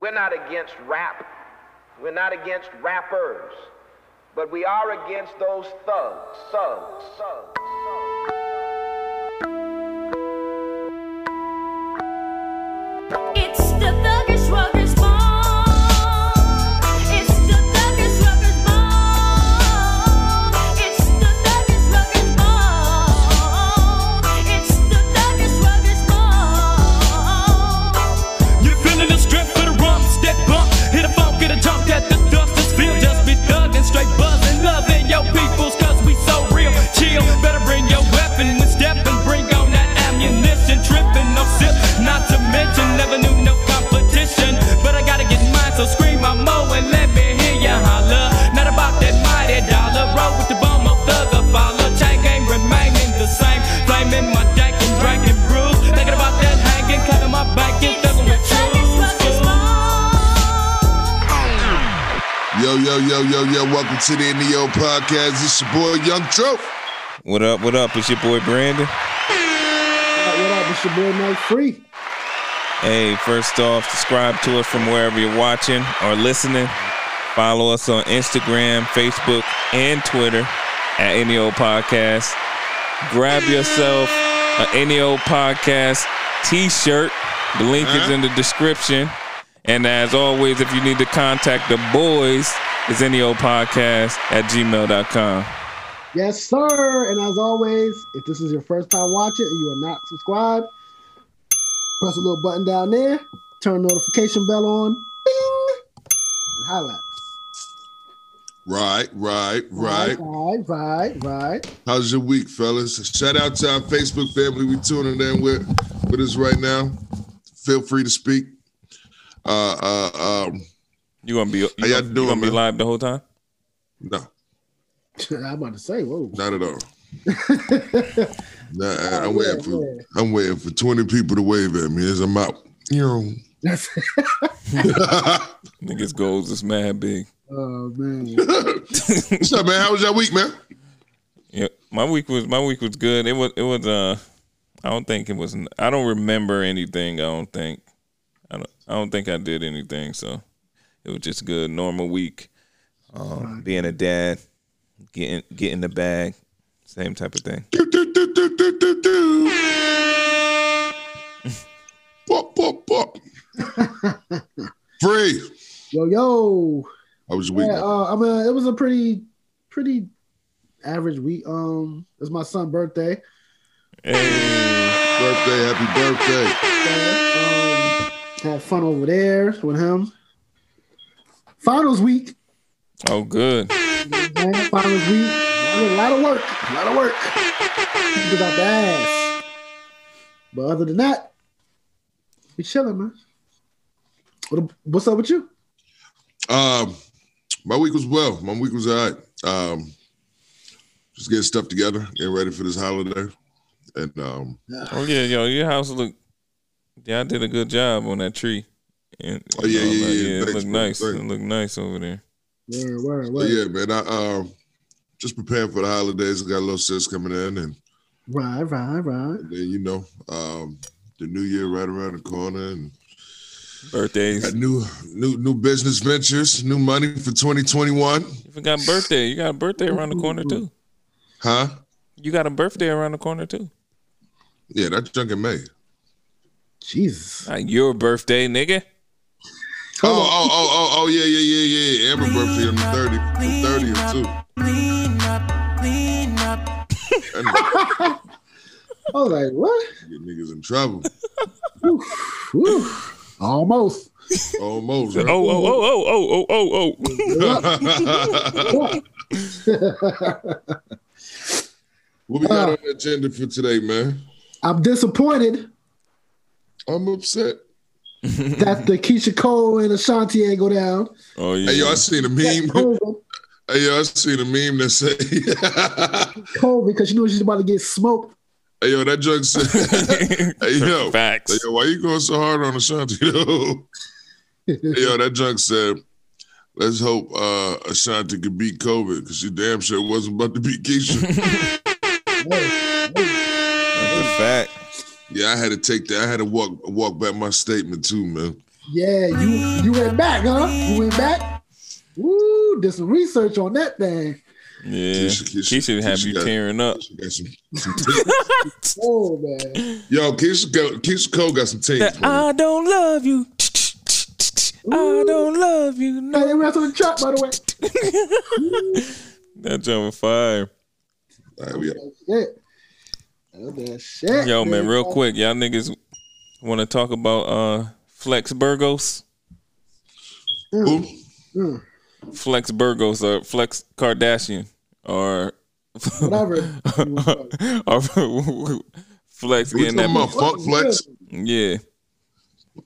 We're not against rap. We're not against rappers. But we are against those thugs, thugs, thugs. It's the Thuggish Ruggers Bomb. It's the Thuggish Ruggers Bomb. It's the Thuggish Ruggers Bomb. It's the Thuggish Ruggers Bomb. You're feeling the strength for the rumps that bump. Hit a funk, get a jump that the dust is filled. Just be thuggin', straight buzzin', loving your peoples, cause we so real. Chill, better bring your weapon when steppin', bring on that ammunition. Trippin', no sip, not to mention, never knew no competition. But I gotta get mine, so scream my mo and let me hear ya holler. Not about that mighty dollar, roll with the bomb, I'll thug or follow. Chain game remaining the same, flaming my dank and drinking brews. Thinking about that hanging, clapping my back and It's thuggin' the with Thuggish shoes. Ruggers Bomb. Yo, yo, yo, yo, yo, welcome to the NEO podcast. It's your boy Young Truth. What up? What up? It's your boy Brandon. What up? It's your boy Mike Free. Hey, first off, subscribe to us from wherever you're watching or listening. Follow us on Instagram, Facebook, and Twitter at NEO Podcast. Grab yourself a NEO Podcast t-shirt. The link is in the description. And as always, if you need to contact the boys, it's NEO Podcast at gmail.com. Yes, sir. And as always, if this is your first time watching and you are not subscribed, press the little button down there, turn notification bell on, bing, and holla. Right, right, right. Right, right, right. How's your week, fellas? Shout out to our Facebook family we tuning in with with us right now. Feel free to speak. Uh, uh, um, You gonna be you How y'all gonna, you doing, gonna be man? live the whole time? no, I'm about to say, whoa. not at all. Nah, I, am waiting for I'm waiting for 20 people to wave at me as I'm out. You know. Niggas goals is mad big. oh, man. What's up, man? How was your week, man? Yeah, my week was my week was good. It was it was uh, I don't think it was. I don't remember anything. I don't think. I don't. I don't think I did anything. So it was just a good normal week. Um, being a dad, getting getting the bag, same type of thing. Do, do, do, do, do, do, do. Pop, pop, pop. Free. Yo, yo. I was weak. Yeah, uh, I mean, it was a pretty, pretty average week. Um, It's my son's birthday. Hey, birthday, happy birthday. Um, had fun over there with him. Finals week. oh good. Man, finals week. That was A lot of work. A lot of work. People got the ass. But other than that, we chilling, man. What- What's up with you? Um, my week was well. My week was all right. Um, just getting stuff together, getting ready for this holiday. And um, Oh yeah, yo, your house look. Yeah, I did a good job on that tree. And, Oh, yeah, and all yeah, that. yeah, It thanks, looked man, nice. thanks. It looked nice over there. Word, word, but word. yeah, man, I um just preparing for the holidays. I got a little sis coming in, and Right, right, right. then you know, um, the new year right around the corner, and Birthdays. Got new new new business ventures, new money for 2021. You forgot birthday. You got a birthday around the corner too. Huh? You got a birthday around the corner too. Yeah, that junk in May. Jesus. Not your birthday, nigga. Oh, oh, oh, oh, oh, yeah, yeah, yeah, yeah. yeah. Amber birthday on the 30th, the 30th too. That nigga I was like, what? get niggas in trouble. Whew. Almost. Almost. Oh, Right? oh, oh, oh, oh, oh, oh, oh. What we got on the agenda for today, man? I'm disappointed I'm upset. that the Keisha Cole and Ashanti ain't go down. Oh yeah. Hey, yo, I seen a meme. Over Hey, yo, I seen a meme that say, Cole because she knew she was about to get smoked. hey, yo, that junk said, hey, yo. Facts. Like, yo, why you going so hard on Ashanti though? yo, that junk said, let's hope uh Ashanti could beat COVID because she damn sure wasn't about to beat Keisha. That's a fact. yeah, I had to take that. I had to walk walk back my statement too, man. Yeah, you you went back, huh? You went back. Woo, did some research on that thing. Yeah, Keisha- Keisha- Keisha should have Keisha you got- tearing up. She got some, some Oh man. Yo, Keisha, Cole- Keisha Cole got some tapes. man. I don't love you. I don't love you. Hey, No, they went to the trap, by the way. that jump was fire. All right, we- Shit. Oh, man, shit. Yo, man, real quick, y'all niggas want to talk about uh Flex Burgos, Who? Flex Burgos, or Flex Kardashian, or Whatever. You wanna talk. or Flex We getting talking about that Funk Flex? yeah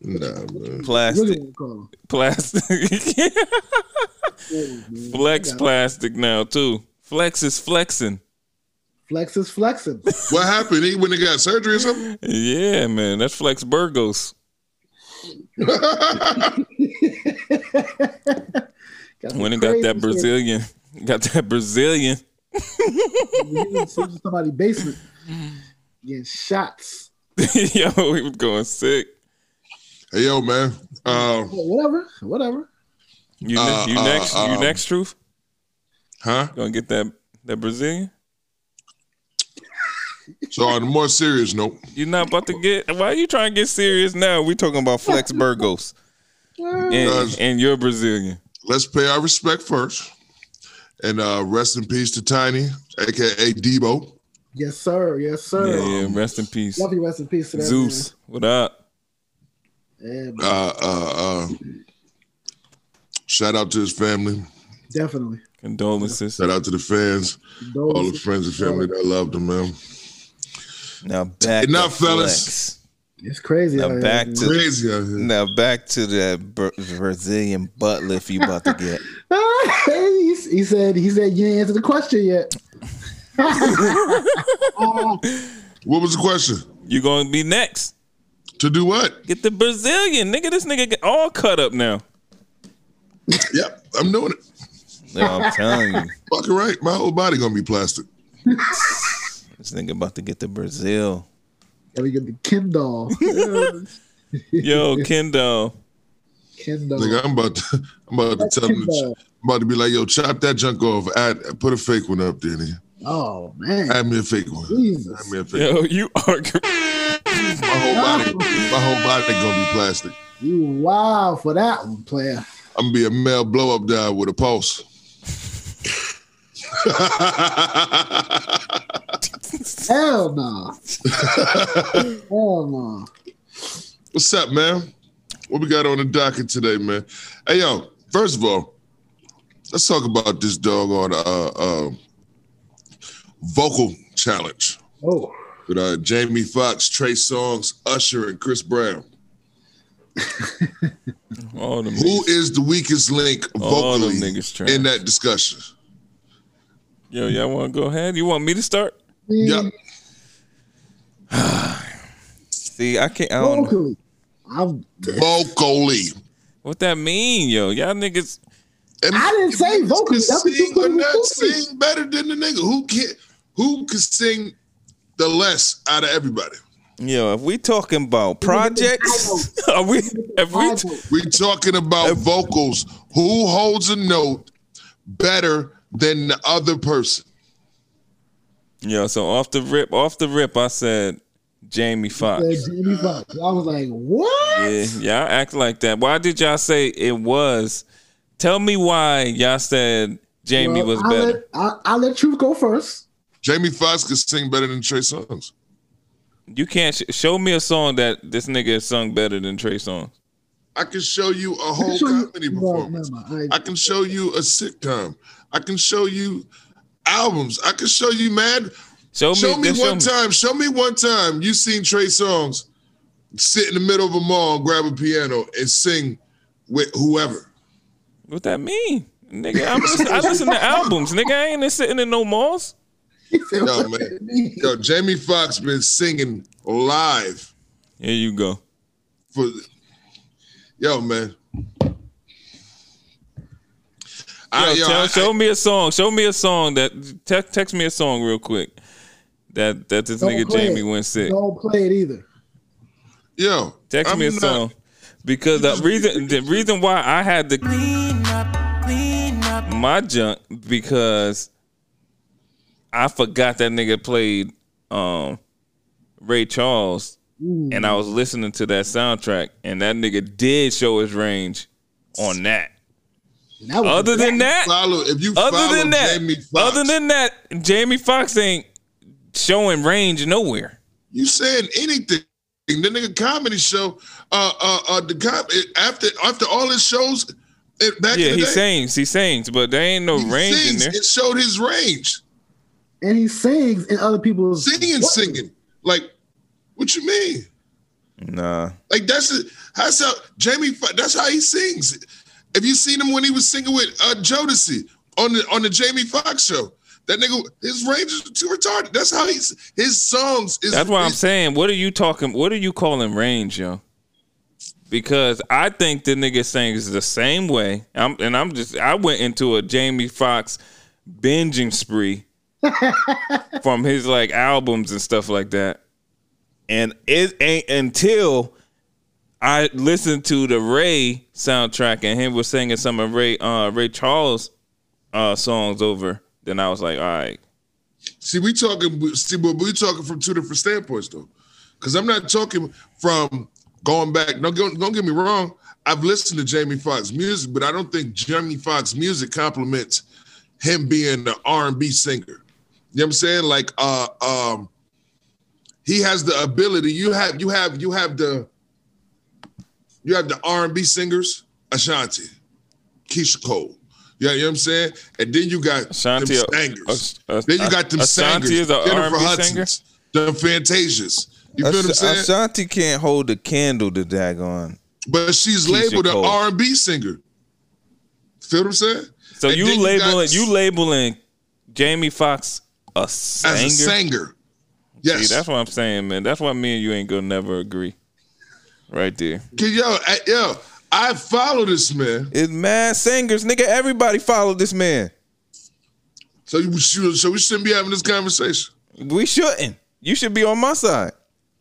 Nah, man. Really plastic wanna call him. plastic Yeah, man. flex plastic now too. Flex is flexing. Flex is flexing. What happened? He when they got surgery or something? Yeah, man, that's Flex Burgos. Got Went some and got crazy that Brazilian, got that Brazilian. shit. Sleep in somebody's basement. Getting shots. Yo, he was going sick. Hey, yo, man. Uh, But whatever. Whatever. You, ne- Uh, you uh, next, you um, next, truth. huh? Gonna get that that Brazilian. So on a more serious note, You're not about to get. Why you trying to get serious now? We talking about Flex Burgos and, Because- and you're Brazilian. let's pay our respect first, and uh, rest in peace to Tiny, aka Debo. Yes, sir. Yes, Yeah, sir. yeah. Rest in peace, Love you. Rest in peace to that Zeus. What up? man. Yeah, man. Uh, uh, uh, shout out to his family. definitely. Condolences. Shout out to the fans, all the Those, friends and family that loved him, man. Now back Enough, to fellas. Flex. it's crazy. out Now here, back man. to Crazy out here. now back to that Bra- Brazilian butt lift you about to get. he, he said he said you ain't answered the question yet. What was the question? You gonna be next? To do what? Get the Brazilian nigga. This nigga get all cut up now. Yep, I'm doing it. No, I'm telling you, Fucking right. My whole body gonna be plastic. this nigga about to get to Brazil. And we get the Kindle. Yo, Kendall. Kindle. Nigga, I'm about to, I'm about to tell him, I'm about to be like, yo, chop that junk off. Add, put a fake one up, Danny. Oh man. Add me a fake one. Add Jesus. me a fake. Yo, you are. My whole body, my whole body gonna be plastic. You wild for that one, player. I'm gonna be a male blow up guy with a pulse. Hell no. Hell no. What's up, man? What we got on the docket today, man? Hey, yo. First of all, let's talk about this dog on uh, uh, vocal challenge Oh. with uh, Jamie Foxx, Trey Songz, Usher, and Chris Brown. All them Who niggas. is the weakest link All them vocally niggas trash. in that discussion? Yo, y'all want to go ahead? You want me to start? Yep. See, I can't. I don't know Vocally. I'm Vocally. What that mean, yo? Y'all niggas. And I didn't say vocally. Can That's what you sing put or in not the sing better than the nigga. Who can who can sing the less out of everybody? Yo, if we talking about projects, Are we? If we? Bible. We talking about vocals. Who holds a note better than the other person? Yo, so off the rip, off the rip, I said Jamie Foxx. Said Jamie Foxx. I was like, what? Yeah, y'all act like that. Why did y'all say it was? Tell me why y'all said Jamie Well, was I better. Let, I, I let Truth go first. Jamie Foxx can sing better than Trey Songz. you can't sh- show me a song that this nigga has sung better than Trey Songz. I can show you a I whole can show you- Oh, comedy no, performance. never mind. I- I can show you a sitcom. I can show you albums. I can show you mad. Show me, Show me just show one me. time. Show me one time you seen Trey Songz sit in the middle of a mall, grab a piano, and sing with whoever. What that mean, nigga? I'm listen, I listen to albums, nigga. I ain't sitting in no malls. He said, Yo, what man. that mean? Yo, Jamie Foxx been singing live Here you go. for. Yo, man. Yo, I, yo, tell- I- show me a song. Show me a song that te- text me a song real quick. That that this Don't nigga play Jamie it. went sick. Don't play it either. yo, Text I'm me a not- song. because the reason the reason why I had to my junk because I forgot that nigga played um Ray Charles and I was listening to that soundtrack and that nigga did show his range on that. And that was Other than that, Follow if you other follow than that, Jamie Foxx, other than that, Jamie Foxx ain't showing range nowhere. you saying anything. The nigga comedy show, uh, uh, uh the com- after after all his shows, it, back Yeah, in the he day, sings, he sings, but there ain't no he range in sings. there. It showed his range, and he sings in other people's singing, voices. singing. Like, what you mean? Nah, Like that's the- that's how Jamie. Fo- That's how he sings. Have you seen him when he was singing with uh, Jodeci on the on the Jamie Foxx show? That nigga, his range is too retarded. That's how he's his songs. Is, that's why I'm is- saying. What are you talking? What are you calling range, yo? Because I think the nigga sings the same way. I'm and I'm just I went into a Jamie Foxx binging spree from his like albums and stuff like that. And it ain't until I listened to the Ray soundtrack and him was singing some of Ray uh Ray Charles uh songs over, then I was like, all right. See, we talking. See, but we talking from two different standpoints though, because I'm not talking from going back. No, don't, don't get me wrong. I've listened to Jamie Foxx music, but I don't think Jamie Foxx music complements him being an R&B singer. You know what I'm saying? Like, uh, um, he has the ability. You have, you have, you have the, you have the R&B singers, Ashanti, Keisha Cole. Yeah, you know what I'm saying? And then you got Ashanti, them singers. uh, uh, then you got them Ashanti singers. is a Jennifer R&B singer? Hudson's, the Fantasias. You feel what I'm Ash- saying? Ashanti can't hold a candle to Dagon. but she's Keisha labeled an Cole. R&B singer. Feel what I'm saying? So And you then got labeling you labeling Jamie Foxx a singer? as a singer. Yes. See, that's what I'm saying, man. That's why me and you ain't gonna never agree. Right there. Can- yo, I, yo, I follow this man. It's mad singers, nigga. Everybody follow this man. So you should, so we shouldn't be having this conversation. We shouldn't. You should be on my side.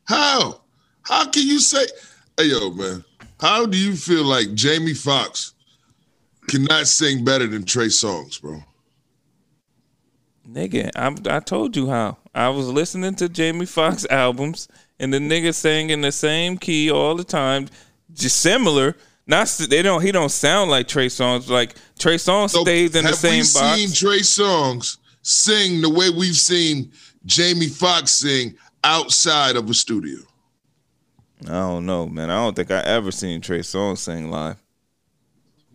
How? How can you say, hey, yo, man, how do you feel like Jamie Foxx cannot sing better than Trey Songs, bro? Nigga, I'm, I told you how. I was listening to Jamie Foxx albums, and the nigga sang in the same key all the time, just similar. Not s- they don't. He don't sound like Trey Songz. Like Trey Songz stays in the have same we box. seen Trey Songs sing the way we've seen Jamie Foxx sing outside of a studio? I don't know, man. I don't think I ever seen Trey Songz sing live.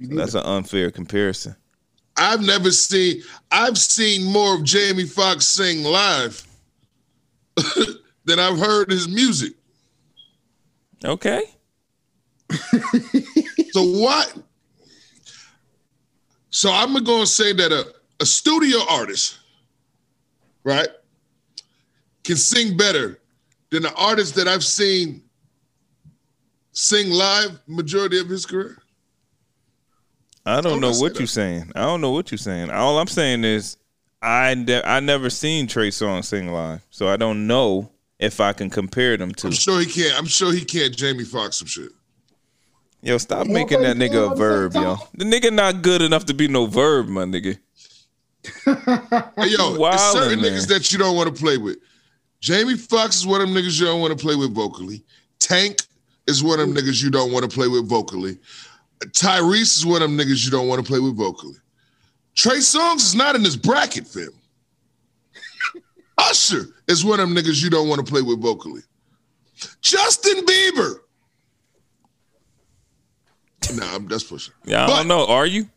So that's an unfair comparison. I've never seen. I've seen more of Jamie Foxx sing live than I've heard his music. okay, So what? So I'm gonna say that a, a studio artist, right, can sing better than the artist that I've seen sing live majority of his career. I don't Don't know say what that. you're saying. I don't know what you're saying. All I'm saying is I ne- I never seen Trey Songz sing live, so I don't know if I can compare them I'm to. sure he can't. I'm sure he can't Jamie Foxx some shit. Yo, stop making that nigga a verb, yo. The nigga not good enough to be no verb, my nigga. Hey, yo, it's Wildin', certain man. niggas that you don't want to play with. Jamie Foxx is one of them niggas you don't want to play with vocally. Tank is one of them niggas you don't want to play with vocally. Tyrese is one of them niggas you don't want to play with vocally. Trey Songz is not in this bracket, fam. Usher is one of them niggas you don't want to play with vocally. Justin Bieber. Nah, I'm, that's pushing. yeah, I But- don't know. Are you?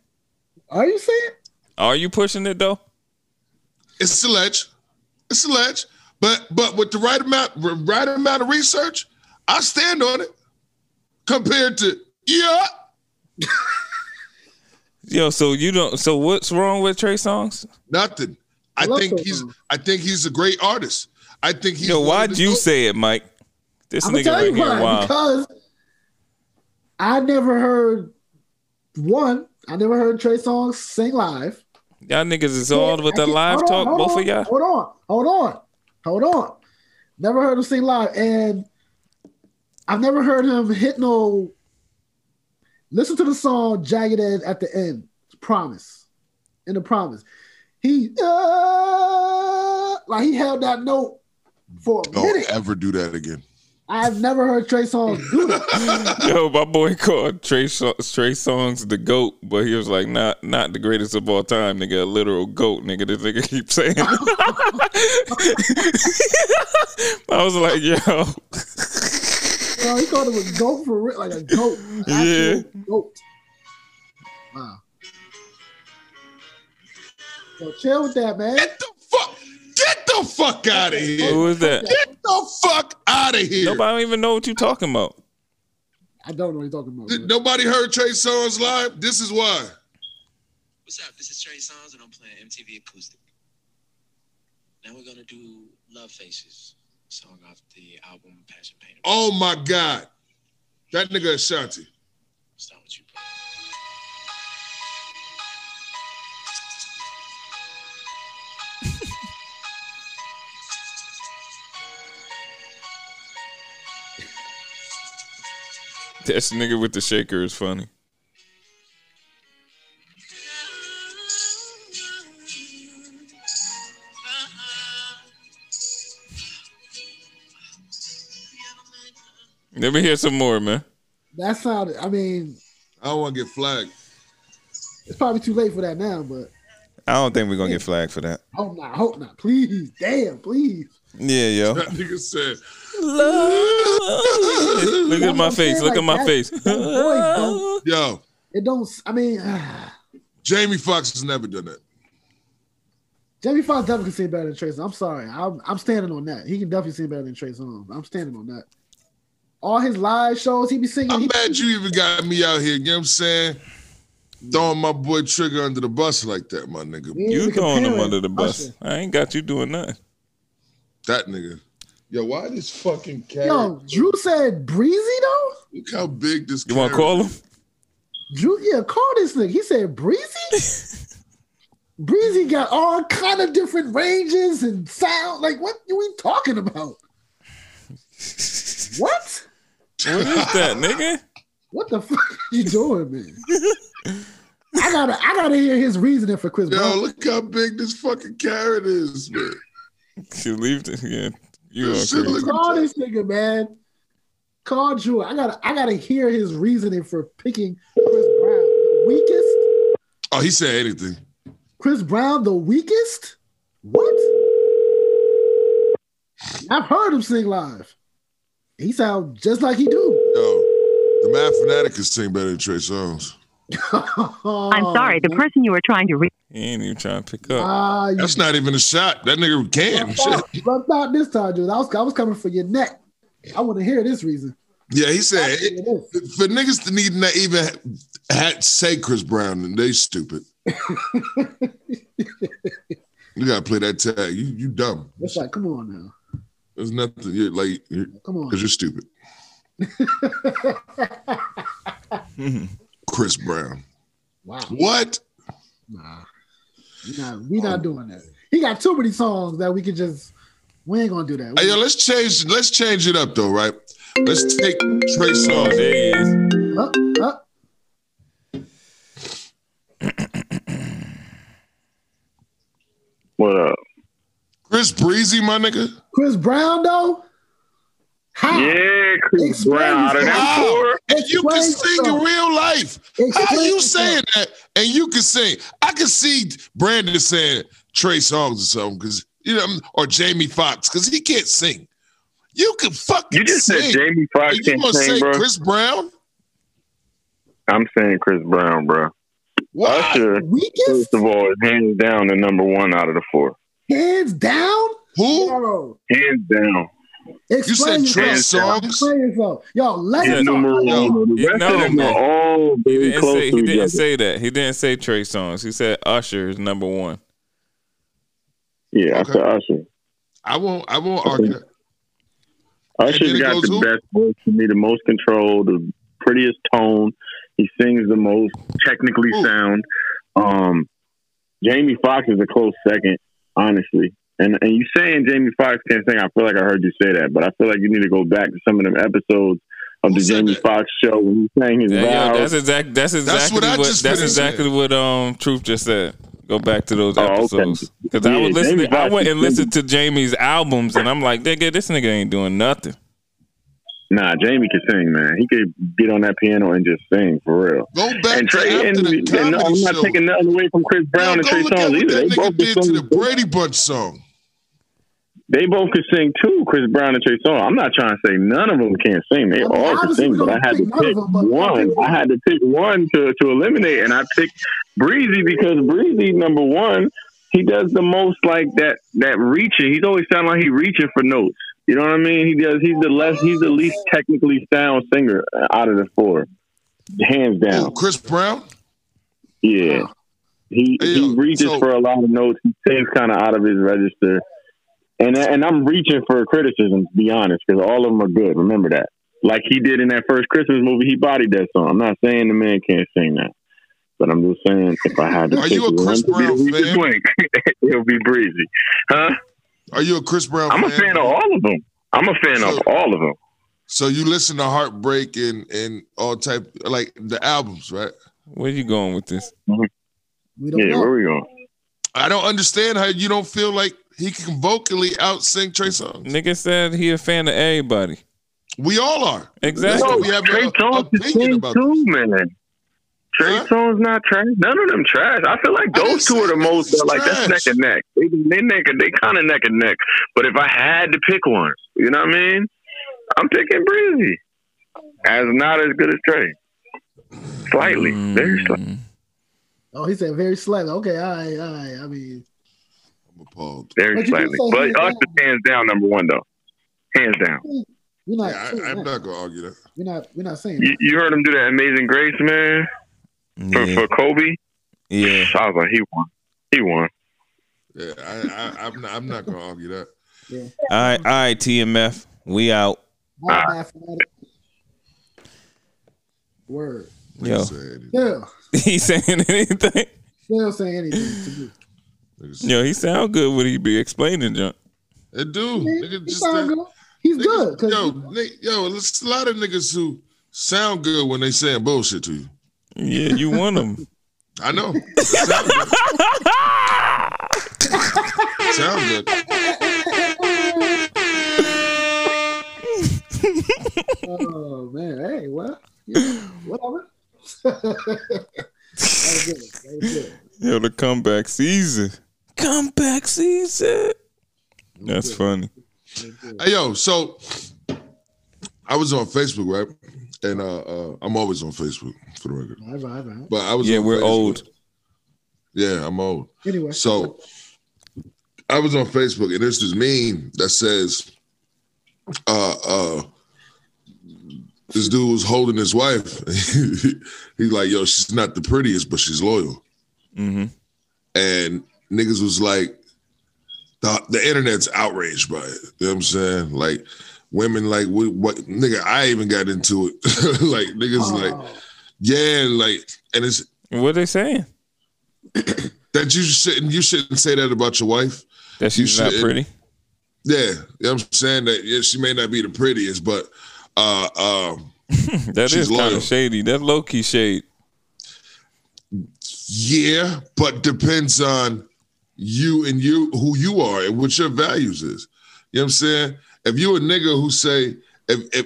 Are you saying? Are you pushing it though? It's a ledge. It's a ledge. But but with the right amount right amount of research, I stand on it. Compared to yeah, Yo, so you don't. So what's wrong with Trey Songz? nothing. I, love think that he's song. I think he's a great artist. I think he's Yo, one why'd of the you GOAT. say it, Mike? This I'm gonna nigga tell right you here, why. wow. Because I never heard one. I never heard Trey Songz sing live. Y'all niggas is all with the I can- live hold on, talk, hold both on, of y'all. Hold on, hold on, hold on. Never heard him sing live, and I've never heard him hit no Listen to the song Jagged Edge at the end. It's promise. In the promise. He uh, like he held that note for Oh, a Don't minute. ever do that again. I've never heard Trey Songz do that. Yo, my boy called Trey, Song- Trey Songs the GOAT, but he was like, not not the greatest of all time, nigga. A literal GOAT, nigga. This nigga keep saying. I was like, yo. Bro, he called him a goat for real, like a goat. an actual Goat. Wow. So chill with that, man. Get the fuck. Get the fuck out of here. Who is that? Get the fuck out of here. Nobody, Nobody don't even know what you talking about. I don't know what you're talking about. bro. Nobody heard Trey Songz live. This is why. What's up? This is Trey Songz, and I'm playing MTV Acoustic. Now we're gonna do Love Faces, a song off the album Passion Painter. Oh my God. That nigga Ashanti. Start with you, bro. This nigga with the shaker is funny. Let me hear some more, man. That sounded, I mean, I don't want to get flagged. it's probably too late for that now, but I don't think we're gonna get flagged for that. hope not, hope not. Please, damn, please. Yeah, yo. That nigga said, Look at my I'm saying, face. Look like, at my that- face. that voice don't- yo, It don't, I mean, Jamie Foxx has never done that. Jamie Foxx definitely can sing better than Trey Songz. I'm sorry. I'm, I'm standing on that. He can definitely sing better than Trey Songz. I'm standing on that. All his live shows, he be singing. I'm he- mad you even got me out here. You know what I'm saying? Throwing my boy Trigger under the bus like that, my nigga. he You be throwing him comparing under the bus. Usher. I ain't got you doing nothing. That nigga. Yo, why this fucking cat? Yo, Drew said breezy though. Look how big this. You want to carrot- call him? Drew, yeah, call this nigga. He said breezy. breezy got all kind of different ranges and sound. Like, what are we talking about? what? What is that, nigga? What the fuck are you doing, man? I gotta, I gotta hear his reasoning for Chris Yo, Brown. look how big this fucking carrot is, man. You leave it. Yeah, you This shit are crazy. look- Call this nigga, man. Call Drew. I gotta, I gotta hear his reasoning for picking Chris Brown, the weakest. Oh, he said anything. Chris Brown the weakest? What? I've heard him sing live. He sound just like he do. Yo, the Mad Fanatic can sing better than Trey Songz. I'm sorry, the person you are trying to reach. He ain't even trying to pick up. Ah, you That's not even a shot. That nigga can. Shit. fucked up out this time, dude. I was, I was coming for your neck. I want to hear this reason. Yeah, he said It is. for niggas to need not even had say Chris Brown and they stupid. you gotta play that tag. You you dumb. It's like, come on now. There's nothing you're like you're, Come on. cause you're stupid. Chris Brown. Wow. What? Nah. We not, we Oh. not doing that. He got too many songs that we could just, we ain't going to do that. Hey, yo, let's change let's change it up though, right? Let's take Trey Oh, Songz. there he is. Up, up. What up? Chris Breezy, my nigga. Chris Brown, though? How? Yeah, Chris Explain Brown out of that yourself. tour. And you can Explain sing in yourself. real life. How Explain you yourself. saying that? And you can sing. I can see Brandon saying Trey Songz or something, because you know, or Jamie Foxx, because he can't sing. You can fucking You just sing. said Jamie And Foxx you can't gonna sing, say bro. Chris Brown? I'm saying Chris Brown, bro. Why? Usher, Weakest? first of all, is hands down the number one out of the four. Hands down? Who? Yo, Hands down. You explain said Trey yourself. Trans- Songz? Explain yourself. Yo, let He's him talk. number Yo, one. The He- rest no, of them man. are all He very didn't close say. to He each other. didn't say that. He didn't say Trey Songs. He said Usher is number one. yeah, Okay. after Usher. I won't. I won't argue. And Usher's then it got goes the who? best voice to me, the most control, the prettiest tone. He sings the most technically Who? sound. Um, Jamie Foxx is a close second, honestly. And and you saying Jamie Foxx can't sing, I feel like I heard you say that, but I feel like you need to go back to some of them episodes of Who the said Jamie that? Foxx show when he sang his Yeah, yo, that's vows. exact. That's exactly That's what what. I That's, just finished exactly saying. what um Truth just said. Go back to those Oh, okay. episodes because I Yeah, was Jamie listening. I Foxx went is and listened to Jamie's albums, and I'm like, nigga, this nigga ain't doing nothing. Nah, Jamie can sing, man. He could get on that piano and just sing for real. Go back and to Trey, and, after the and no, I'm comedy not show. taking nothing away from Chris Brown Yo, and go Trey look at Songs what either. They that both nigga can did to the sing. Brady Bunch song. They both could sing too, Chris Brown and Trey Songz. I'm not trying to say none of them can't sing. They I mean, all can obviously sing, we but I don't had to pick pick none of them, but- one. I had to pick one to, to eliminate, and I picked Breezy because Breezy, number one, he does the most like that that reaching. He's always sound like he reaching for notes. You know what I mean? He does. He's the less. He's the least technically sound singer out of the four, hands down. Who, Chris Brown? Yeah. He Hey, he yo, reaches so- for a lot of notes. He sings kind of out of his register, and and I'm reaching for criticism. To be honest, because all of them are good. Remember that. Like he did in that first Christmas movie, he bodied that song. I'm not saying the man can't sing that, but I'm just saying if I had to Are pick you a one Chris to be the Brown weakest fan? link, it'll be breezy, huh? Are you a Chris Brown I'm a fan? fan of all of them. I'm a fan of So- all of them. So you listen to Heartbreak and and all type like the albums, right? Where you going with this? We don't Yeah, where know. we going? I don't understand how you don't feel like he can vocally out sing Trey Songz. Nigga said he a fan of everybody. We all are. Exactly. No, No, we have Trey a- Songz a is opinion king about too, man. Trey Huh? Songz not trash. None of them trash. I feel like I didn't those two say are the that most he's uh, like that's trash. neck and neck. They, they neck and they kind of neck and neck. But if I had to pick one, you know what I mean? I'm picking Breezy. As not as good as Trey. Slightly, Mm. very slightly. Oh, he said very slightly. Okay, all right, all right. I mean, I'm appalled. Very But you slightly. do say But hands us is hands down number one though. Hands down. we're Yeah, not, I, I'm not gonna argue that. we're not, we're not saying. You, that. you heard him do that Amazing Grace, man, for, Mm, Yeah. for Kobe. yeah. I was like, he won. He won. Yeah, I, I, I'm not. I'm not gonna argue that. All right, all right, TMF. We out. Not mathematic. Word. Nigga Yo. said anything. Still, He saying anything? still saying anything to me. Nigga said- Yo, he sound good when he be explaining junk. It do. Nigga He just sound that- good. He's niggas- good. 'cause- Yo, ni- yo, there's a lot of niggas who sound good when they saying bullshit to you. Yeah, you want him. I know. It sound good. sound good. Oh man. Hey, well, yeah, whatever. that was good. That was good. Yo, the comeback season. Comeback season. That's funny. Hey, yo, so I was on Facebook, right? And uh, uh I'm always on Facebook for the record. All right, all right. But I was Yeah, on we're Facebook. old. Yeah, I'm old. Anyway, So I was on Facebook and there's this meme that says uh uh this dude was holding his wife. He's like, yo, she's not the prettiest, but she's loyal. Mm-hmm. And niggas was like, the, the internet's outraged by it. You know what I'm saying? Like women like what, what nigga, I even got into it. like niggas Uh. Oh, like, yeah, like and it's What they saying? that you shouldn't you shouldn't say that about your wife. That she's You not should- pretty. Yeah, you know what I'm saying that yeah, she may not be the prettiest, but uh, um, That she's is kind loyal. of shady. That's low key shade. yeah, but depends on you and you who you are and what your values is. You know what I'm saying? If you a nigga who say if, if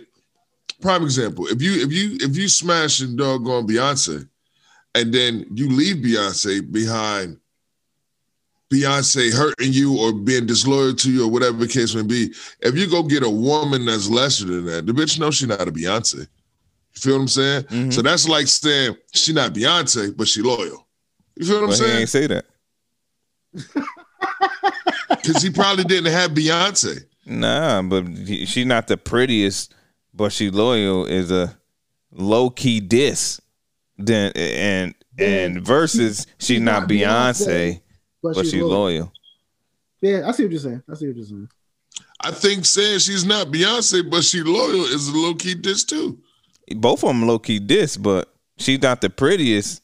prime example, if you if you if you smash and doggone Beyonce, and then you leave Beyonce behind. Beyonce hurting you or being disloyal to you or whatever the case may be. If you go get a woman that's lesser than that, the bitch knows she not a Beyonce. You feel what I'm saying? So that's like saying she not Beyonce, but she loyal. You feel what I'm But he saying? ain't say that. Because he probably didn't have Beyonce. Nah, but he- she not the prettiest, but she loyal is a low key diss. Then and and versus she she's not not Beyonce, Beyonce, but she loyal. Yeah, I see what you're saying. I see what you're saying. I think saying she's not Beyonce, but she loyal is a low key diss too. Both of them low key diss, but she not the prettiest.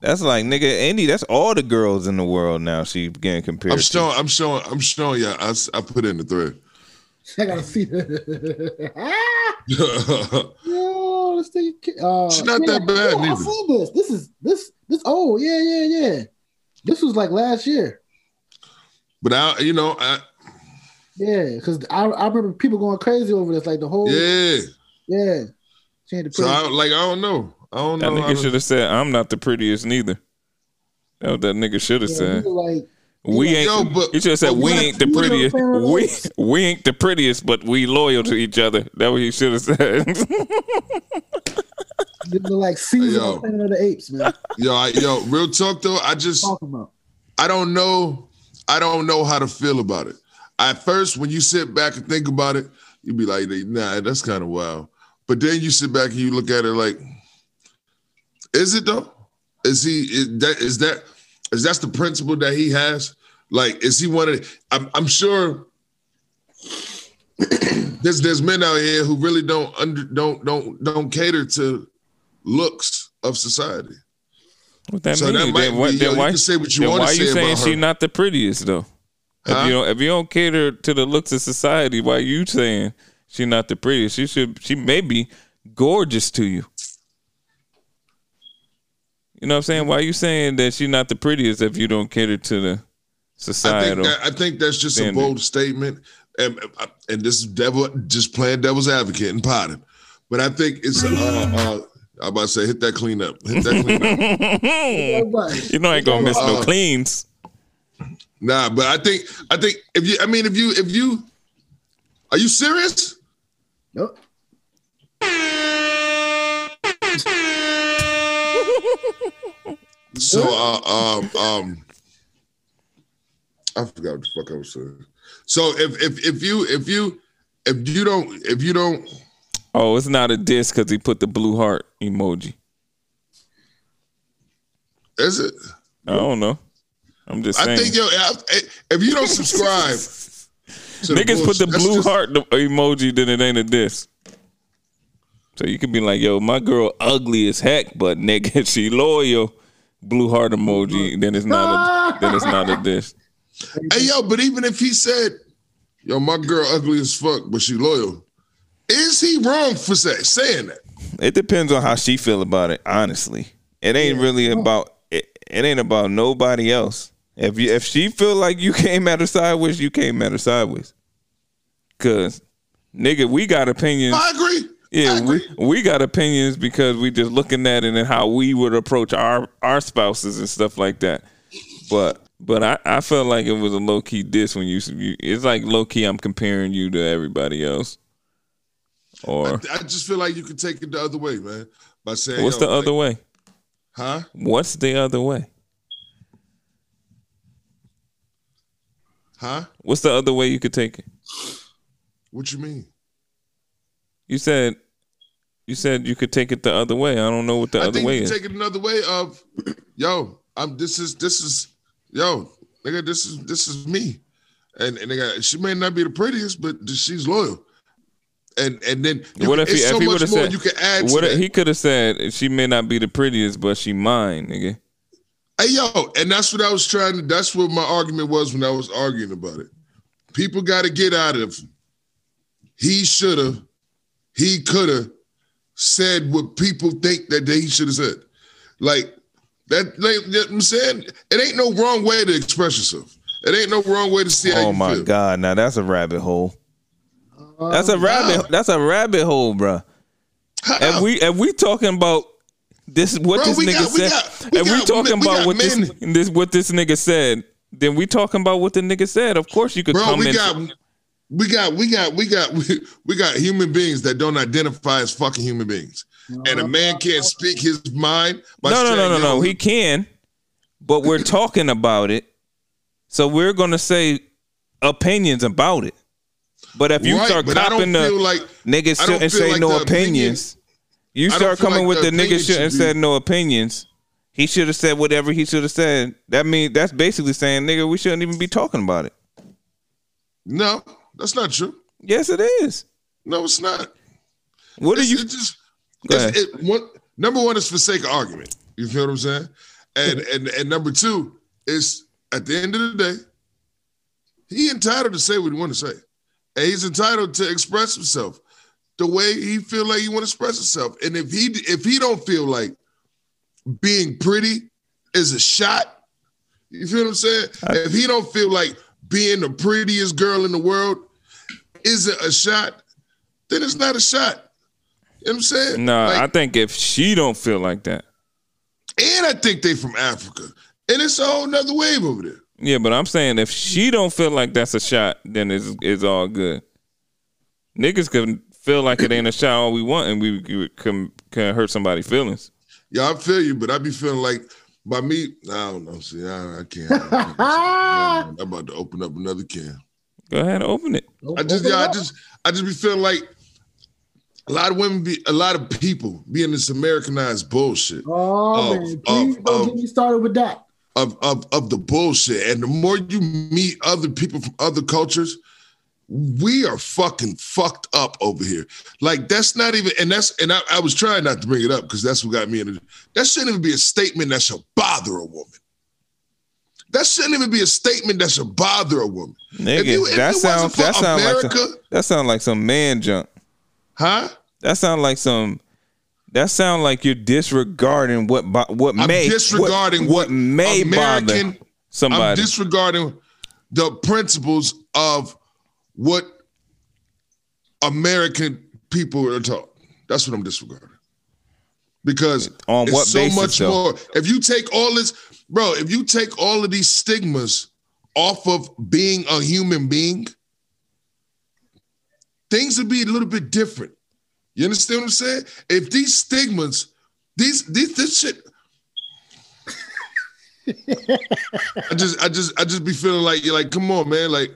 That's like nigga, Andy. That's all the girls in the world now. She getting compared. I'm to. showing, I'm showing, I'm showing y'all. I, s- I put in the thread. I gotta see that. Ah, She's Yo, this thing. Uh, not that bad yeah, I neither. seen this. This is this this. Oh yeah, yeah, yeah. This was like last year. But I, you know, I, Yeah, because I, I remember people going crazy over this. Like the whole yeah. yeah. She ain't the So prettiest. I like I don't know. I don't That know. I nigga don't- should have said, "I'm not the prettiest neither." That what that nigga should have Yeah, said. we were like We ain't. Yo, but- he should have said, but "We what- ain't the you know, prettiest. We Pharaohs- we ain't the prettiest, but we loyal to each other." That what he should have said. They look like season Yo. of Planet of the Apes, man. What you Yo, I, yo, real talk though. I just Talking about I don't know. I don't know how to feel about it. At first, when you sit back and think about it, you'd be like, "Nah, that's kind of wild." But then you sit back and you look at it like, "Is it though? Is he is that is that is that's the principle that he has? Like, is he one of? I'm, I'm sure." there's there's men out here who really don't under don't don't don't cater to looks of society. What that So mean? that Then might why- be- then yo, you why- can say what you then wanna Why you say saying about she her. not the prettiest though? Huh? If you don't, if you don't cater to the looks of society, why you saying she not the prettiest? She should. She may be gorgeous to you. You know what I'm saying? Why you saying that she not the prettiest if you don't cater to the I societal? think that, I think that's just a standard. bold statement, and and this is devil just playing devil's advocate and potting, but I think it's uh, uh I'm about to say hit that clean up, hit that clean up. Hmm. everybody. you know I ain't gonna miss no Uh, cleans. Nah, but I think I think if you I mean if you if you are you serious? Nope. So uh, um um I forgot what the fuck I was saying. So if if if you if you if you don't if you don't Oh, it's not a diss because he put the blue heart emoji. is it? I don't know. I'm just saying. I think yo if, if you don't subscribe. to the Niggas put the bullshit, that's blue just- heart the- emoji, then it ain't a diss. So you could be like, yo, my girl ugly as heck, but nigga, she loyal. Blue heart emoji, then it's not a then it's not a diss. Hey yo, but even if he said, "Yo, my girl ugly as fuck, but she loyal," is he wrong for say, saying that? It depends on how she feel about it. Honestly, it ain't really about it, it. ain't about nobody else. If you if she feel like you came at her sideways, you came at her sideways. Cause nigga, we got opinions. I agree. I Yeah, agree. we, we got opinions because we just looking at it and how we would approach our our spouses and stuff like that. But but I, I felt like it was a low key diss when you, you it's like low key I'm comparing you to everybody else. Or I just feel like you can take it the other way, man. By saying, what's yo, the other like, way? Huh? What's the other way? Huh? What's the other way you could take it? What you mean? You said you said you could take it the other way. I don't know what the I other think way you is. take it another way of, yo, I'm. This is this is, yo, nigga, this is this is me, and and nigga, she may not be the prettiest, but she's loyal, and and then you what can- if he it's if so he would much have more said you can add. to what if- that. he could have said she may not be the prettiest, but she mine, nigga. Hey yo, and that's what I was trying to. That's what my argument was when I was arguing about it. People got to get out of. He should have, he could have said what people think that they should have said. Like that. Like, you know what I'm saying it ain't no wrong way to express yourself. It ain't no wrong way to see how oh you my feel. Oh, god! Now that's a rabbit hole. That's a wow. rabbit. That's a rabbit hole, bruh. How? And we and we talking about this what Bro, this we nigga got- we said. got- we and we got talking men- we about got what this, men. this what this nigga said. Then we talking about what the nigga said. Of course you could Bro, comment. we got, we got, we got, we got, we, we got human beings that don't identify as fucking human beings, and a man can't speak his mind. By no, no, no, no, saying, no. "Yo, He can, but we're talking about it, so we're gonna say opinions about it. But if you Right, start but I don't copping the feel like- niggas I don't shouldn't feel say like no the opinion- opinions, you I don't start feel coming like with the the, opinion niggas should shouldn't be- said no opinions. He should have said whatever he should have said. That mean that's basically saying, nigga, we shouldn't even be talking about it. no, that's not true. Yes, it is. No, it's not. What are It's- you? It just, Go it's- ahead. it- one- number one is for sake of argument. You feel what I'm saying? And and and number two is at the end of the day, he entitled to say what he want to say, And he's entitled to express himself the way he feel like he want to express himself. And if he if he don't feel like being pretty is a shot, you feel what I'm saying? if he don't feel like being the prettiest girl in the world isn't a shot, then it's not a shot. You know what I'm saying? No, Like, I think if she don't feel like that, and I think they from Africa. And it's a whole nother wave over there. yeah. But I'm saying if she don't feel like that's a shot, then it's it's all good. Niggas can feel like it ain't a shot all we want, and we, we can can hurt somebody's feelings. Yeah, I feel you, but I be feeling like by me, I don't know. See, I, I can't. I Ah! am about to open up another can. Go ahead and open it. I just, yeah, I just, I just be feeling like a lot of women be, a lot of people being this Americanized bullshit Oh, Of- man, please of- don't of- get me started with that. of of of the bullshit. And the more you meet other people from other cultures, we are fucking fucked up over here. Like that's not even, and that's, and I, I was trying not to bring it up because that's what got me in. it. That shouldn't even be a statement that should bother a woman. That shouldn't even be a statement that should bother a woman. Nigga, you- if that it wasn't sounds for that sounds like some, America- that sound like some man junk. Huh? That sounds like some. That sound like you're disregarding what bo- what I'm may disregarding what, what what may American- bother somebody. I'm disregarding the principles of what American people are taught. That's what I'm disregarding. Because On it's what so basis, much though? more. If you take all this, bro, if you take all of these stigmas off of being a human being, things would be a little bit different. You understand what I'm saying? If these stigmas, these these this shit. I just I just I just be feeling like you're like, come on, man. Like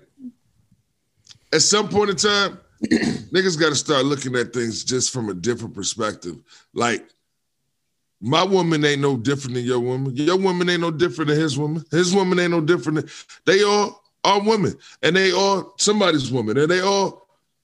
at some point in time, niggas gotta start looking at things just from a different perspective. Like my woman ain't no different than your woman. Your woman ain't no different than his woman. His woman ain't no different. Than, they all are women, and they all somebody's woman, and they all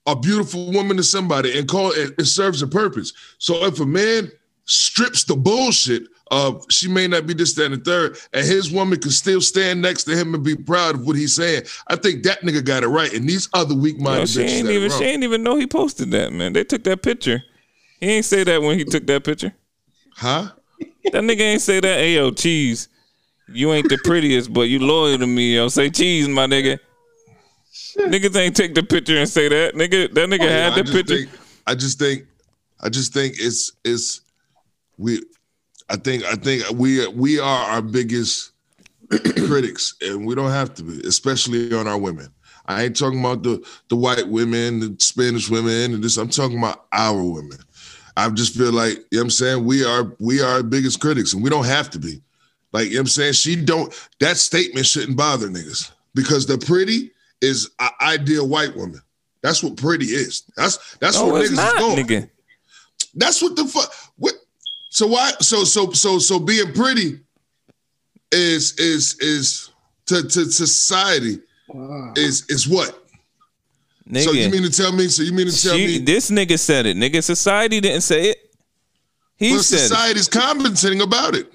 a beautiful woman to somebody, and call it, it serves a purpose. So if a man strips the bullshit of she may not be this, that, and the third, and his woman could still stand next to him and be proud of what he's saying, I think that nigga got it right, and these other No, weak-minded she bitches ain't got it even wrong. she ain't even know he posted that man. They took that picture. He ain't say that when he took that picture. huh? That nigga ain't say that. Hey yo, cheese. You ain't the prettiest, but you loyal to me. Yo, say cheese, my nigga. Niggas ain't take the picture and say that. Nigga, that nigga Oh, Yeah, had the just picture. Think, I just think, I just think it's it's we. I think I think we we are our biggest critics, and we don't have to be, especially on our women. I ain't talking about the the white women, the Spanish women, and this. I'm talking about our women. I just feel like you know what I'm saying we are we are our biggest critics, and we don't have to be. Like you know what I'm saying, she don't. That statement shouldn't bother niggas because the pretty is an ideal white woman. That's what pretty is. That's that's no, what it's niggas not, is going. nigga. That's what the fuck. What? So why? So so so so being pretty is is is to to society is is what? Nigga, So you mean to tell me? So you mean to tell she- me? this nigga said it. Nigga, society didn't say it. He Well, said, it. society's commenting about it.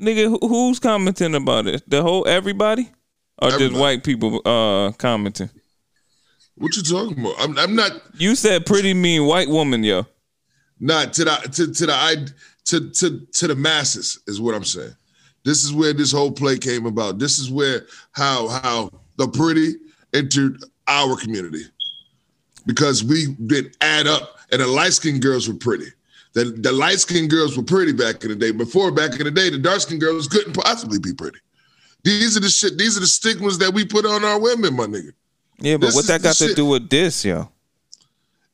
nigga, who- who's commenting about it? The whole everybody, or just Everybody. white people uh commenting? What you talking about? I'm I'm not You said pretty mean white woman, yo. not to the to to the I to to to the masses is what I'm saying. This is where this whole play came about. This is where how how the pretty entered our community because we did add up, and the light skinned girls were pretty. The the light skinned girls were pretty back in the day. Before back in the day, the dark skinned girls couldn't possibly be pretty. These are the shit. These are the stigmas that we put on our women, my nigga. yeah, but this what is that the got to shit. do with this, yo?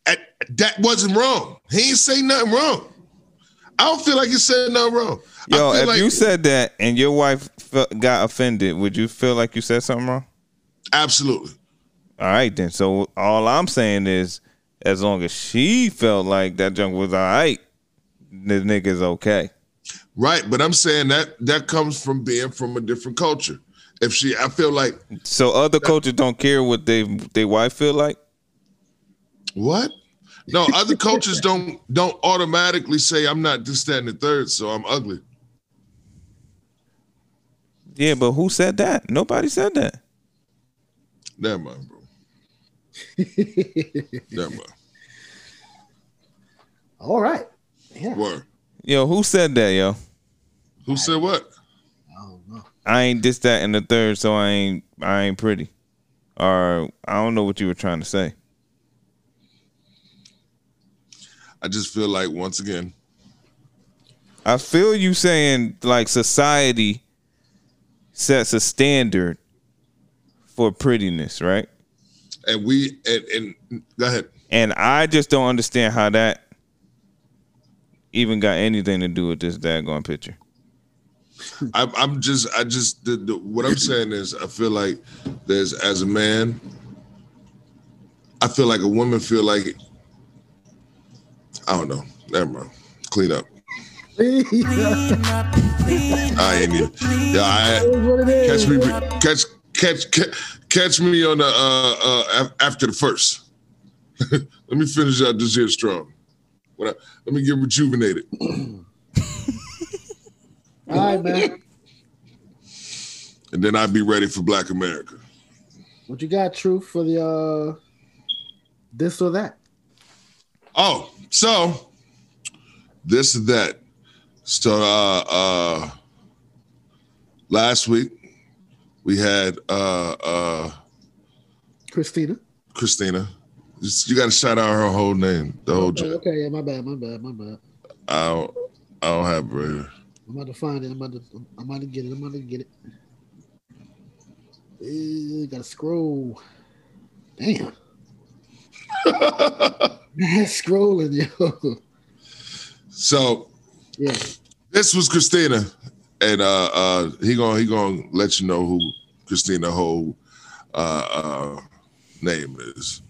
at- that wasn't wrong. He ain't say nothing wrong. I don't feel like he said nothing wrong. I Yo, feel if like- you said that and your wife fe- got offended, would you feel like you said something wrong? absolutely, All right, then. So all I'm saying is, as long as she felt like that junk was all right, the nigga's okay. right, but I'm saying that that comes from being from a different culture. If she, I feel like So other cultures don't care what they they wife feel like. what? No, other cultures don't don't automatically say I'm not this, that, and the third, so I'm ugly. Yeah, but who said that? Nobody said that. Never mind, bro. That much. All right. Yeah. Word. Yo, who said that, yo? Who said what? I don't know. I ain't this, that, and the third, so I ain't I ain't pretty. Or I don't know what you were trying to say. I just feel like once again, I feel you saying like society sets a standard for prettiness, right? and we and, and go ahead. And I just don't understand how that even got anything to do with this daggone picture. I'm, I'm just, I just, the, the, what I'm saying is, I feel like there's, as a man, I feel like a woman feel like, I don't know, never mind, clean up. That's I ain't even, yeah, I, what it is. catch me, catch, catch, catch, catch me on the, uh, uh, af- after the first. let me finish out this here strong. What I, let me get rejuvenated. All right, man. And then I'd be ready for Black America. What you got, Truth, for the uh this or that? Oh, so this and that. So uh uh last week we had uh uh Christina. Christina. Just- You gotta shout out her whole name. The whole Okay, j- Oh, okay, yeah, my bad, my bad, my bad. I don't I don't have it right here. I'm about to find it. I'm about to I'm about to get it. I'm about to get it. Eh, gotta scroll. Damn. Scrolling, yo. So Yeah. this was Christina, and uh, uh, he gonna he gonna let you know who Christina whole uh, uh, name is.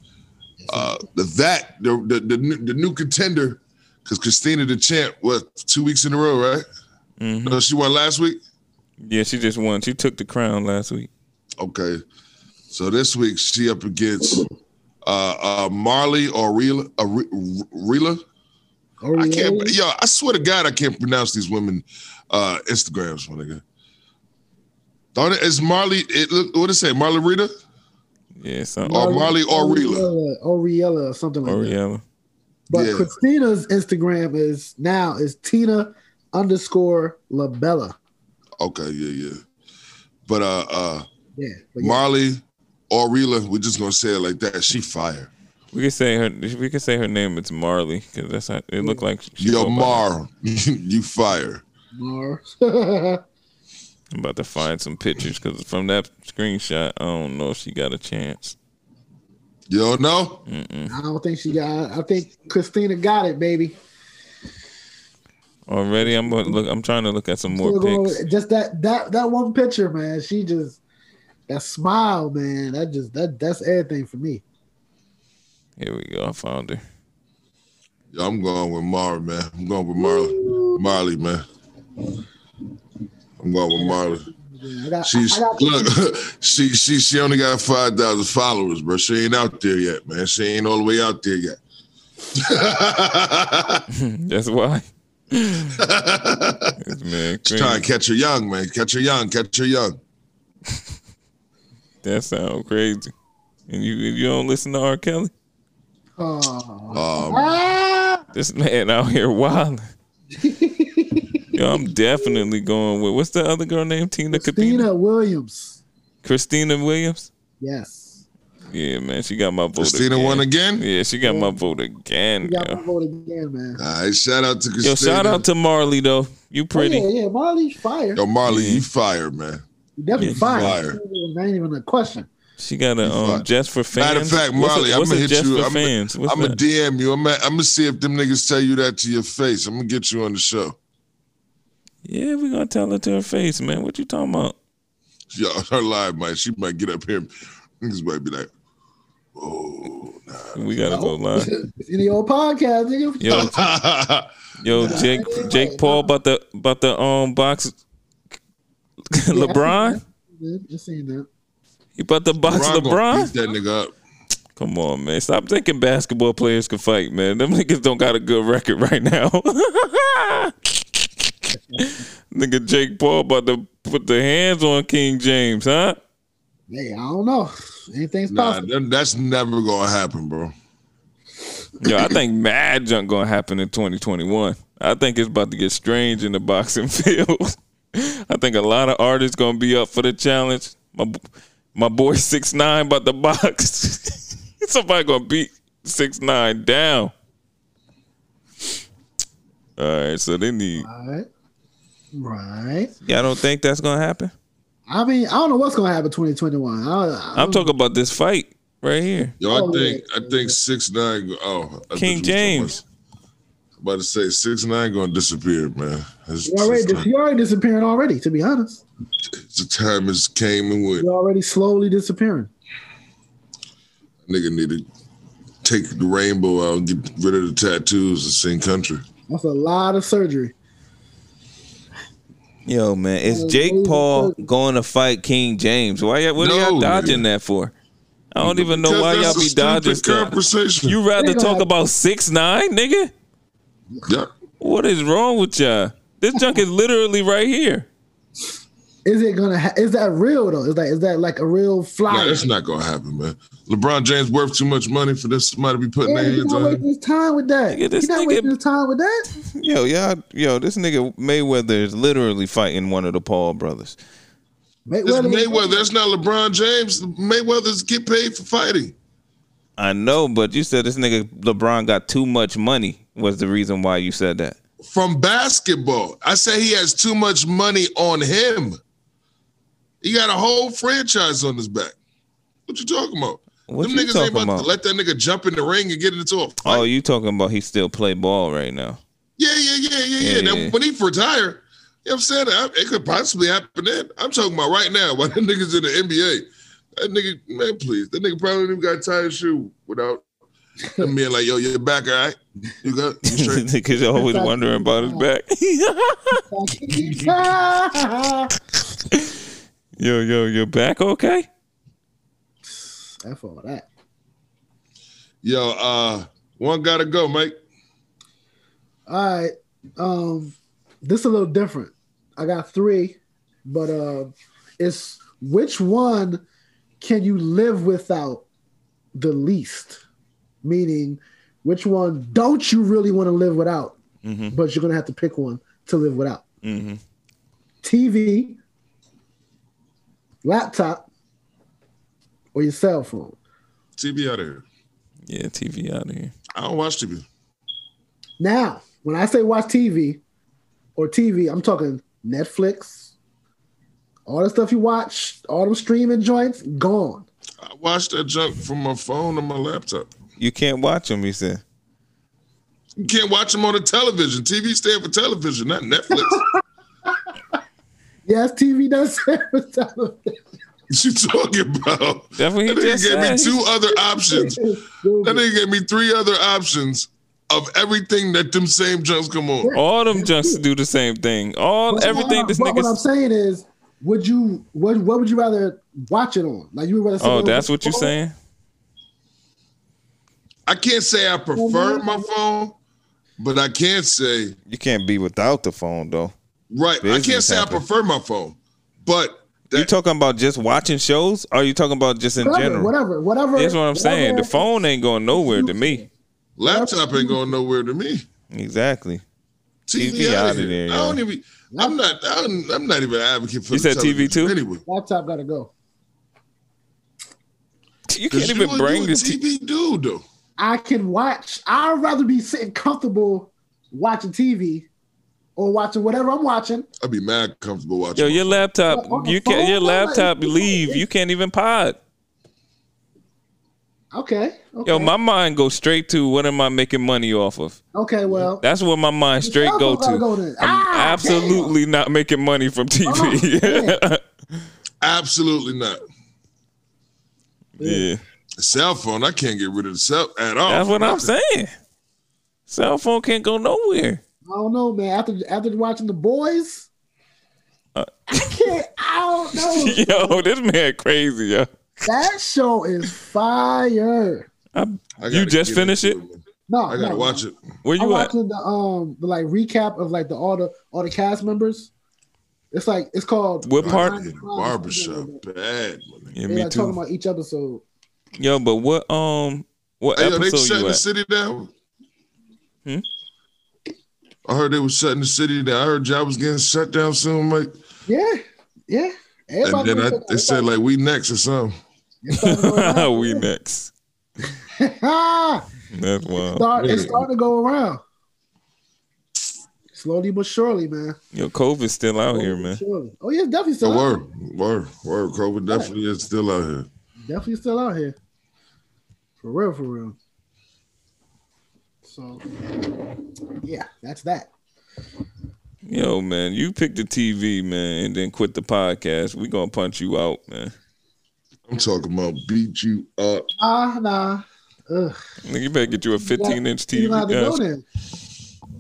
Uh, the that the the, the, new, the new contender, because Christina the champ was two weeks in a row, right? No, she won last week. Yeah, she just won. She took the crown last week. Okay, so this week she up against uh, uh, Marley or Rila. Oh, I can't. yeah. Yo, I swear to God, I can't pronounce these women uh, Instagrams, my nigga. Don't it, is Marley? It, look, what it say? Marley Rita Yeah, something. or Marley Aurela? Oriella, Oriella or something Oh, like that. Oriella. But Yeah. Christina's Instagram is now is Tina underscore Labella. Okay, yeah, yeah. But uh, uh, Yeah, but yeah. Marley Aurela, we're just gonna say it like that. She fire. We could say her. We could say her name. It's Marley because that's how it looked like. she go Yo, by- Mar, you fire. Mars. I'm about to find some pictures because from that screenshot, I don't know if she got a chance. You don't know? I don't think she got. I think Christina got it, baby. Already, I'm gonna look. I'm trying to look at some more Still going- pics. Just that that that one picture, man. She just that smile, man. That just that that's everything for me. Here we go. I found her. Yo, I'm going with Mar, man. I'm going with Marley. Marley, man. I'm going with Marley. Yeah, I got, She's I got look, she she she only got five thousand followers, bro. She ain't out there yet, man. She ain't all the way out there yet. That's why. This man, Try and crazy. catch her young, man. Catch her young, catch her young. That sound crazy. And you, you don't listen to R. Kelly. oh, Um, This man out here wilding. Yo, I'm definitely going with what's the other girl named Tina Christina. Christina Williams. Christina Williams. Yes, Yeah, man, she got my vote. Christina again. won again. Yeah, she got my vote again. you got yo. my vote again, man. Oh, All right, shout out to Christina. Yo, shout out to Marley though. You pretty. Oh, yeah, yeah, Marley's fire. Yo, Marley, you fire, man. Definitely fire. fire. Not even a question. She got a um, fine. just for fans. Matter of fact, What's a- Marley, I'm what's a gonna hit just you. for I'm fans. What's gonna that? DM you. I'm gonna see if them niggas tell you that to your face. I'm gonna get you on the show. yeah, we gonna tell her to her face, man. What you talking about? Yo, her live might. She might get up here. Niggas might be like, oh, We gotta go live. It's in the old podcast, nigga. Yo, nah. yo, Jake, Jake Paul about the about the um box. LeBron, I seen that. you about to box LeBron gonna LeBron? beat that nigga up. Come on, man! Stop thinking basketball players can fight, man. Them niggas don't got a good record right now. Nigga, Jake Paul about to put the hands on King James, huh? Hey, I don't know. Anything's Nah, possible. that- that's never gonna happen, bro. Yo, I think mad junk gonna happen in 2021. I think it's about to get strange in the boxing field. I think a lot of artists gonna be up for the challenge. My b- my boy six nine about the box. Somebody gonna beat six nine down. All right, so they need. Right. Right. Y'all don't think that's gonna happen? I mean, I don't know what's gonna happen 2021. I, I, I'm talking about this fight right here. Yo, I Oh, think yeah. I think six nine. go- Oh, I King thought you was talking James. About, about to say six nine going to disappear, man. It's, he already, it's- he already disappearing already. To be honest, the time has came and went. he's already slowly disappearing. Nigga need to take the rainbow out and get rid of the tattoos and sing country. That's a lot of surgery. Yo, man, is Jake Paul going to fight King James? Why? y'all- What are y'all No, dodging nigga. that for? I don't even know why y'all That's a be stupid dodging stuff. conversation. You rather Ain't gonna talk happen. about six nine, nigga? yeah. What is wrong with y'all? This junk is literally right here. Is it gonna? Ha- is that real though? Is that is that like a real Nah, flyer? that's not gonna happen, man. LeBron James worth too much money for this somebody to be putting Yeah, their he's hands not on him. wasting his time with that. Nigga, this he's not nigga- wasting his time with that. Yo, y'all, yo, this nigga Mayweather is literally fighting one of the Paul brothers. This Mayweather, Mayweather, that's not LeBron James. Mayweather's get paid for fighting. I know, but you said this nigga LeBron got too much money was the reason why you said that. From basketball. I say he has too much money on him. He got a whole franchise on his back. What you talking about? What Them you niggas talking ain't about, about? to let that nigga jump in the ring and get into a fight. Oh, you talking about he still play ball right now? Yeah, yeah, yeah, yeah, Yeah, yeah. Now, yeah. when he retire, you know what I'm saying? I, it could possibly happen then. I'm talking about right now while that nigga's in the NBA. That nigga, man, please. That nigga probably don't even got a tired shoe without him being like, yo, your back, all right? You got you straight. Because you're always wondering about his back. That's Yo, yo, your back okay? all that. yo, uh, one gotta go, Mike. All right. Um, this a little different. I got three, but uh, it's which one can you live without the least? Meaning, which one don't you really want to live without, but you're gonna have to pick one to live without? TV, laptop, or your cell phone. TV out of here. Yeah, TV out of here. I don't watch TV. Now, when I say watch TV or TV, I'm talking Netflix, all the stuff you watch, all them streaming joints, gone. I watch that junk from my phone or my laptop. You can't watch him, he said. You can't watch them on the television. TV stand for television, not Netflix. Yes, TV does serve as television. what you talking about? That's what he That nigga just gave said. me two other options. That nigga gave me three other options of everything that them same junks come on. All them junks do the same thing. All everything this But What I'm nigga. saying is, would you what what would you rather watch it on? Like you would rather sit Oh, down that's what with your you're phone? saying. I can't say I prefer my phone, but I can say You can't be without the phone though. right. I can't Business say I happens. prefer my phone, but You that, talking about just watching shows? Or are you talking about just in Whatever, general? whatever, whatever. That's what I'm saying. The whatever- phone ain't going nowhere to me. laptop ain't going nowhere to me. Exactly. TV, TV out of outta here. there, I don't yeah. even. I'm not. I'm, I'm not even an advocate for. You the said TV television too? Anyway, Laptop gotta go. You because can't even bring the TV. TV dude though. I can watch. I'd rather be sitting comfortable watching TV or watching whatever I'm watching. I'd be mad comfortable Yo, watching. your laptop. On the You can't. Your phone, I'm like, laptop you can't- leave. You can't even pod. Okay. Okay. Yo, my mind goes straight to what am I making money off of? okay. Well, That's where my mind straight cell go phone gotta to. go then. I'm Ah, absolutely not making money from TV. Absolutely not. yeah. Cell phone. I can't get rid of the cell at all. That's what I'm saying. Cell phone can't go nowhere. I don't know, man. After after watching the boys, Uh, I can't. I don't know. Yo, this man crazy, yo. that show is fire. I, I you gotta just get finish it? into man. No, I gotta no, watch it. Where I'm you at? watching the um the like recap of like the all the all the cast members. It's like it's called What part? Yeah, barbershop bad. my nigga. Yeah, They me like talking too. about each episode. Yo, but what um what Hey, yo, they episode shutting you the at? city down. Hmm? I heard they were shutting the city down. I heard jobs getting shut down soon, Mike. Yeah, yeah. And Everybody then I, knows they said like we next or something. everybody knows that. we next. Ah, That's wild. Start, it's starting to go around. Slowly but surely, man. Yo, COVID's still out Slowly here, but man. surely. Oh yeah, it's definitely So still out. word, word, word. COVID definitely is still out here. Definitely still out here. For real, for real. So yeah, that's that. Yo, man, you picked the TV, man, and then quit the podcast. We gonna punch you out, man. I'm talking about beat you up. Ah, nah. Ugh. Nigga, you better get you a 15 inch TV. You don't have to go Uh, there.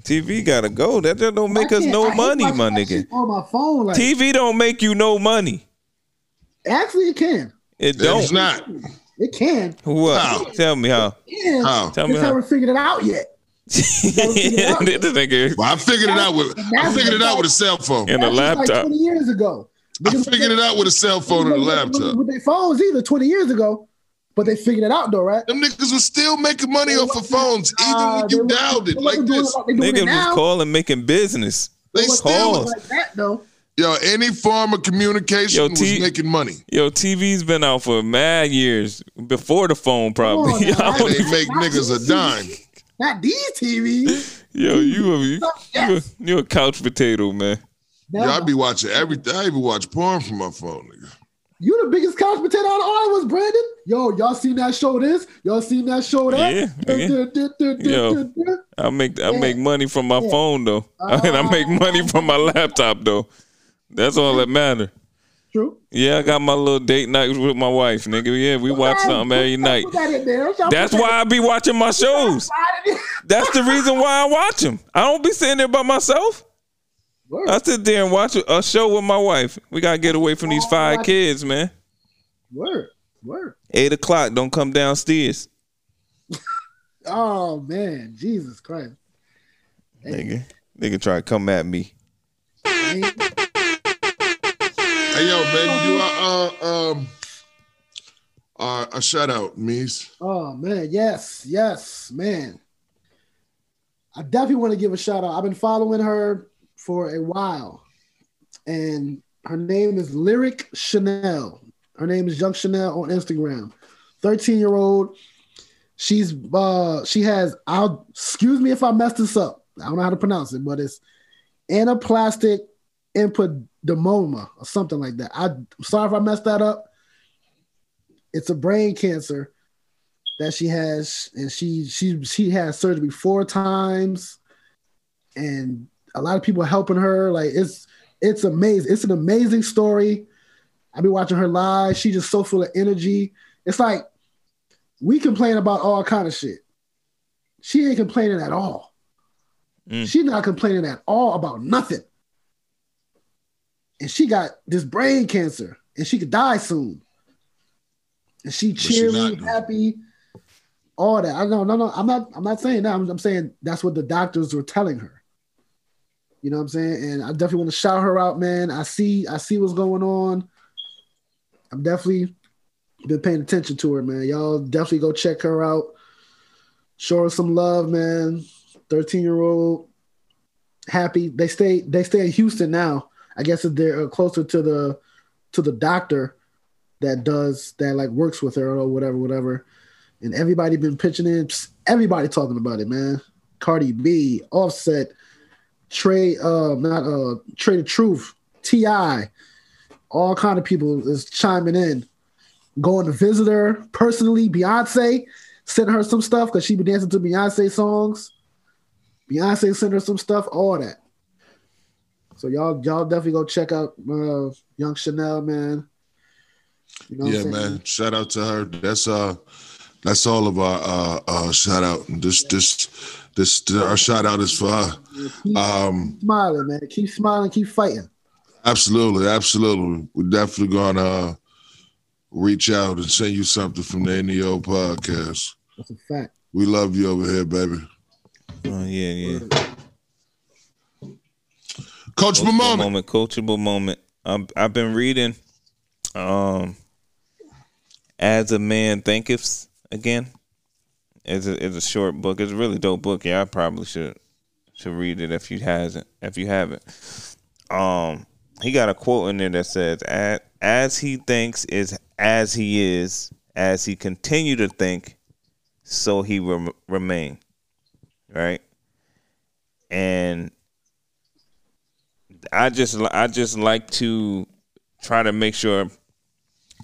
TV gotta go. That just don't make I us can't- I no hate money, my that nigga. shit On my phone, like TV don't make you no money. actually, it can. It It's don't. not. It can. What? How? Tell me how. Yeah. How? Tell Just me how. haven't figured it out yet. this figure it out. nigga Well, I figured it out with I figured it out with a cell phone. and a That's just Like laptop. Twenty years ago. I figured it out with a cell phone and a laptop. With their phones either twenty years ago, but they figured it out though, right? Them niggas was still making money off of phones, even Uh, when they you wasn't- dialed they it like wasn't doing this. it they doing it Nigga was now. calling making business. They They still, wasn't doing it like that though. yo, any form of communication Yo, was T- making money. Yo, TV's been out for mad years before the phone, Come on probably. I now, that's don't They even- make niggas a dime. Not these TVs. yo, you a you, you a, Yes. you a couch potato, man. Now, Yo, I be watching everything. I even watch porn from my phone, nigga. you the biggest couch potato out of all of us, Brandon. Yo, y'all seen that show? This? Y'all seen that show? That? Yeah, yeah. Duh, duh, duh, duh, Yo. duh, duh. I make I Yeah. Oh. make money from my phone though, and I make money from my laptop though. That's all that matter. True. Yeah, I got my little date nights with my wife, nigga. Yeah, we watch Hey, something every put night. that in there. Y'all That's put that why I be watching my shows. in there. That's the reason why I watch them. I don't be sitting there by myself. Word. I sit there and watch a a show with my wife. We gotta get away from these five kids, man. Word. Word. Eight o'clock, don't come downstairs, Oh man, Jesus Christ. nigga. Nigga, try to come at me. Hey, yo, man, you are uh, um uh, a shout out, Mies. Oh man, yes, yes, man. I definitely want to give a shout out. I've been following her for a while, and her name is Lyric Chanel. Her name is Young Chanel on Instagram. Thirteen year old. She's uh she has I'll excuse me if I mess this up. I don't know how to pronounce it, but it's anaplastic empodymoma or something like that. I, I'm sorry if I messed that up. It's a brain cancer that she has, and she she she had surgery four times, and a lot of people helping her. Like it's it's amazing. It's an amazing story. I've been watching her live. She's just so full of energy. It's like we complain about all kind of shit. She ain't complaining at all. Mm. She's not complaining at all about nothing. And she got this brain cancer, and she could die soon. And she she cheery, not, though. happy, all that. I know, no, no, I'm not, I'm not saying that. I'm, I'm saying that's what the doctors were telling her. You know what I'm saying? And I definitely want to shout her out, man. I see, I see what's going on. I'm definitely been paying attention to her, man. Y'all definitely go check her out. Show her some love, man. 13 year old, happy. They stay, they stay in Houston now. I guess that they're uh, closer to the to the doctor that does that, like works with her or whatever, whatever. And everybody been pitching in. Psst, Everybody talking about it, man. Cardi B, Offset, Trey, uh, not uh, Trey the Truth, Ti, all kind of people is chiming in, going to visit her personally. Beyonce sent her some stuff because she been dancing to Beyonce songs. Beyonce sent her some stuff, all that. So y'all, y'all definitely go check out uh, Young Chanel, man. You know what I'm yeah, saying? man. Shout out to her. That's uh that's all of our uh uh shout out. This this this our shout out is for her. Um Smiling, man. Keep smiling, keep fighting. absolutely, absolutely. We're definitely gonna uh, reach out and send you something from the NEO podcast. That's a fact. We love you over here, baby. Oh yeah, yeah. Coach Coachable moment. Mamama. coachable moment. Um, I've been reading, um, as a man thinketh again. It's a, it's a short book. It's a really dope book. Yeah, I probably should should read it if you hasn't if you haven't. Um, he got a quote in there that says, "As, as he thinks is as he is, as he continue to think, so he rem- remain." Right, and I just li- I just like to try to make sure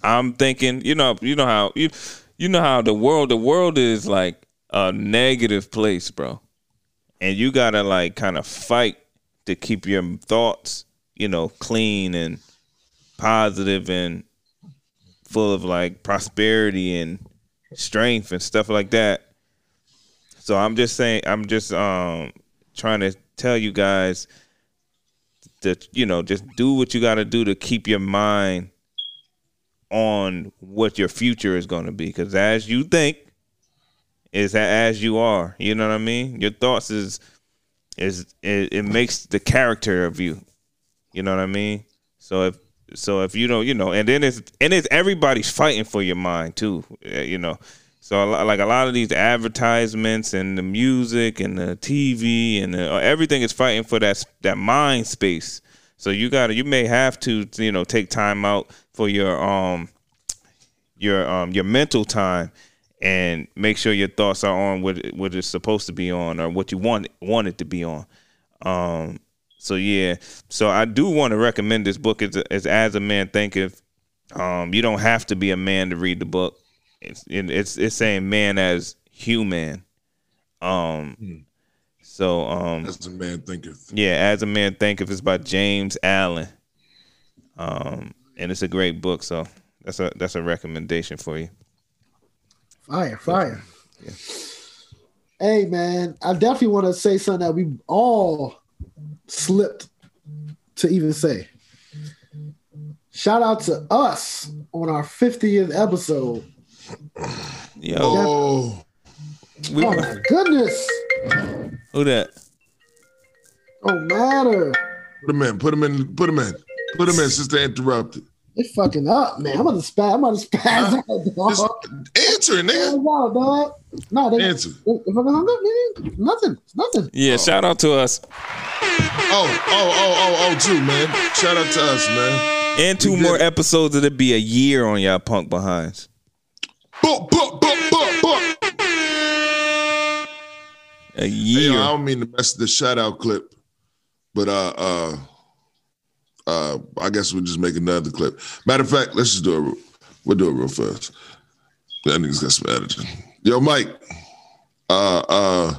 I'm thinking. You know, you know how you you know how the world the world is like a negative place, bro, and you gotta like kind of fight to keep your thoughts you know clean and positive and full of like prosperity and strength and stuff like that. So I'm just saying I'm just um trying to tell you guys that you know just do what you got to do to keep your mind on what your future is going to be cuz as you think is that as you are you know what i mean your thoughts is is it, it makes the character of you you know what i mean so if so if you don't you know and then it's and it's everybody's fighting for your mind too eh, you know so a lo- like a lot of these advertisements and the music and the tv and the, uh, everything is fighting for that s- that mind space so you gotta you may have to you know take time out for your um your um your mental time and make sure your thoughts are on what it- what it's supposed to be on or what you want want it to be on. Um so yeah. So I do want to recommend this book It's as as a man thinketh. Um you don't have to be a man to read the book. It's it- it's it's saying man as human. Um so um As a man thinketh. yeah, As a Man Thinketh is by James Allen. Um, and it's a great book, so that's a that's a recommendation for you. Fire, fire. Hey man, I definitely want to say something that we all slipped to even say. Shout out to us on our 50th episode. Yo, Oh, we, Oh my goodness. who that? Don't matter. put him in. Put him in. Put him in. Put him in. Sister interrupted. They fucking up, man. I'm about to spaz. I'm about to spaz out, Just dog. answer, nigga. Spaz out, dog. No, they, Answer. they fucking hung up, nigga. Nothing. It's Nothing. Yeah, shout out to us Oh, oh, oh, oh, oh, too, man. Shout out to us, man. And two We more good. episodes, it'll be a year on y'all punk behinds. Boop, boop, boop, boop, boop. A Hey, yo, year. I don't mean to mess the shout out clip, but uh, uh, uh, I guess we'll just make another clip. Matter of fact, let's just do it. real- We'll do it real fast. That nigga's got some editing. Yo, Mike. Uh, uh,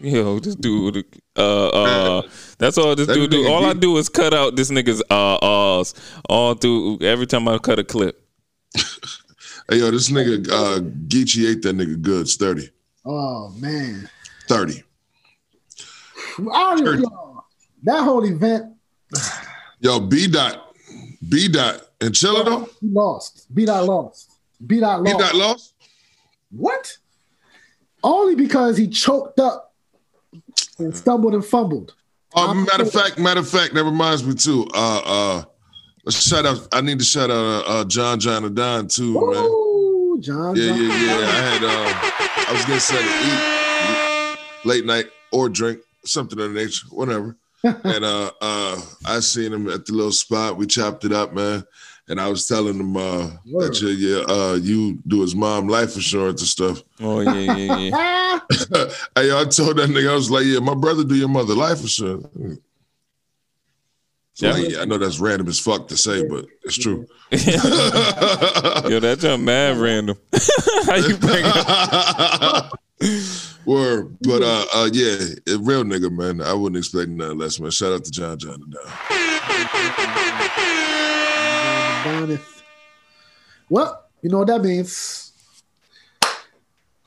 Yo, this dude. Uh, uh, that's all this That dude do. nigga All I deep. do is cut out this nigga's uh uhs all through every time I cut a clip. hey, yo, this nigga uh, Geechee ate that nigga good. It's 30. Oh man. 30. I don't even- That whole event, Yo, B dot, B dot, and Chillado, he lost. Beat I lost. Beat I B lost. dot lost. What? Only because he choked up and stumbled and fumbled. Uh, matter of fact, matter of fact, that reminds me too. Uh, uh, let's shout out. I need to shout out uh, uh, John John and Don too, man. Ooh, John. Yeah, John. yeah, yeah. I had, uh, I was getting set to eat late night or drink something of the nature, whatever. and uh, uh, I seen him at the little spot. We chopped it up, man. And I was telling him uh, Word. that your, your, uh, you do his mom life insurance and stuff. oh yeah, yeah, yeah. Ah, hey, yo, I told that nigga, I was like, yeah, my brother do your mother life insurance. So, like, yeah, I know that's random as fuck to say, but it's true. Yo, that jump mad random. How you bring it up? Word, but uh, uh, yeah, a real nigga, man. I wouldn't expect nothing less, man. Shout out to John John and Don. Adonis. Well, you know what that means.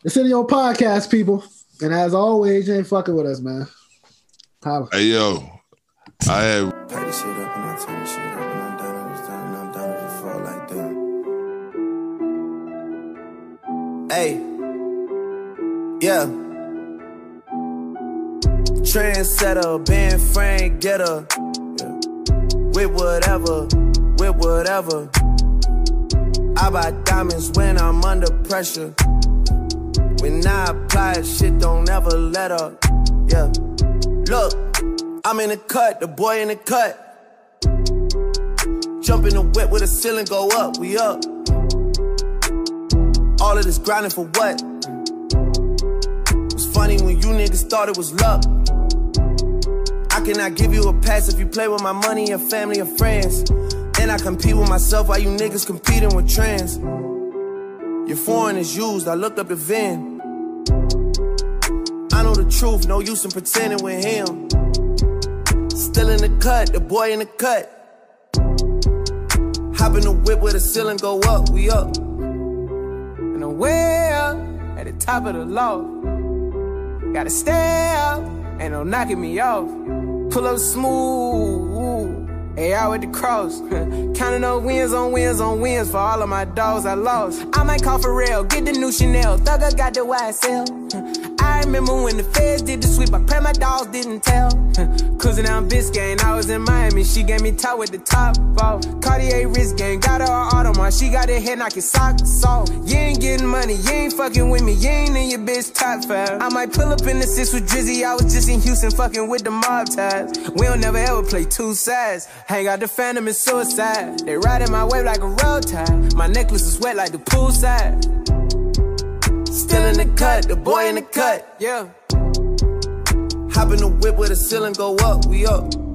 It's in your podcast, people. And as always, you ain't fucking with us, man. Holla. Hey, yo, I had Pack this shit up and I turn this shit up and I'm down and it's down and I'm down with the fall like that. Hey, yeah. Trendsetter, Ben Frank getter. Yeah. With whatever, with whatever. I buy diamonds when I'm under pressure. When I apply it, shit don't ever let up. Yeah. Look, I'm in the cut, the boy in the cut. Jump in the whip with a ceiling, go up, we up. All of this grinding for what? It's funny when you niggas thought it was luck. I cannot give you a pass if you play with my money, your family, and friends. Then I compete with myself while you niggas competing with trends. Your foreign is used, I looked up the VIN. I know the truth, no use in pretending with him. Still in the cut, the boy in the cut. Hop in the whip with a ceiling, go up, we up. And I'm way up at the top of the loft. Gotta stay up, ain't no knocking me off. Pull up smooth, AI with the cross. Counting up wins on wins on wins for all of my dogs I lost. I might call for real, get the new Chanel. Thugger got the YSL. I remember when the feds did the sweep, I pray my dogs didn't tell. Cruising down Biscayne, I was in Miami, she gave me top with the top off. Cartier wrist game, got her an Audemars, she got her head knocking socks off. You ain't getting money, you ain't fucking with me, you ain't in your bitch top five. I might pull up in the six with Drizzy, I was just in Houston fucking with the mob ties. We don't never ever play two sides, hang out the phantom and suicide. They riding my wave like a road tide, my necklace is wet like the poolside. Still in the cut, the boy in the cut, yeah. Hop in the whip with a ceiling, go up, we up.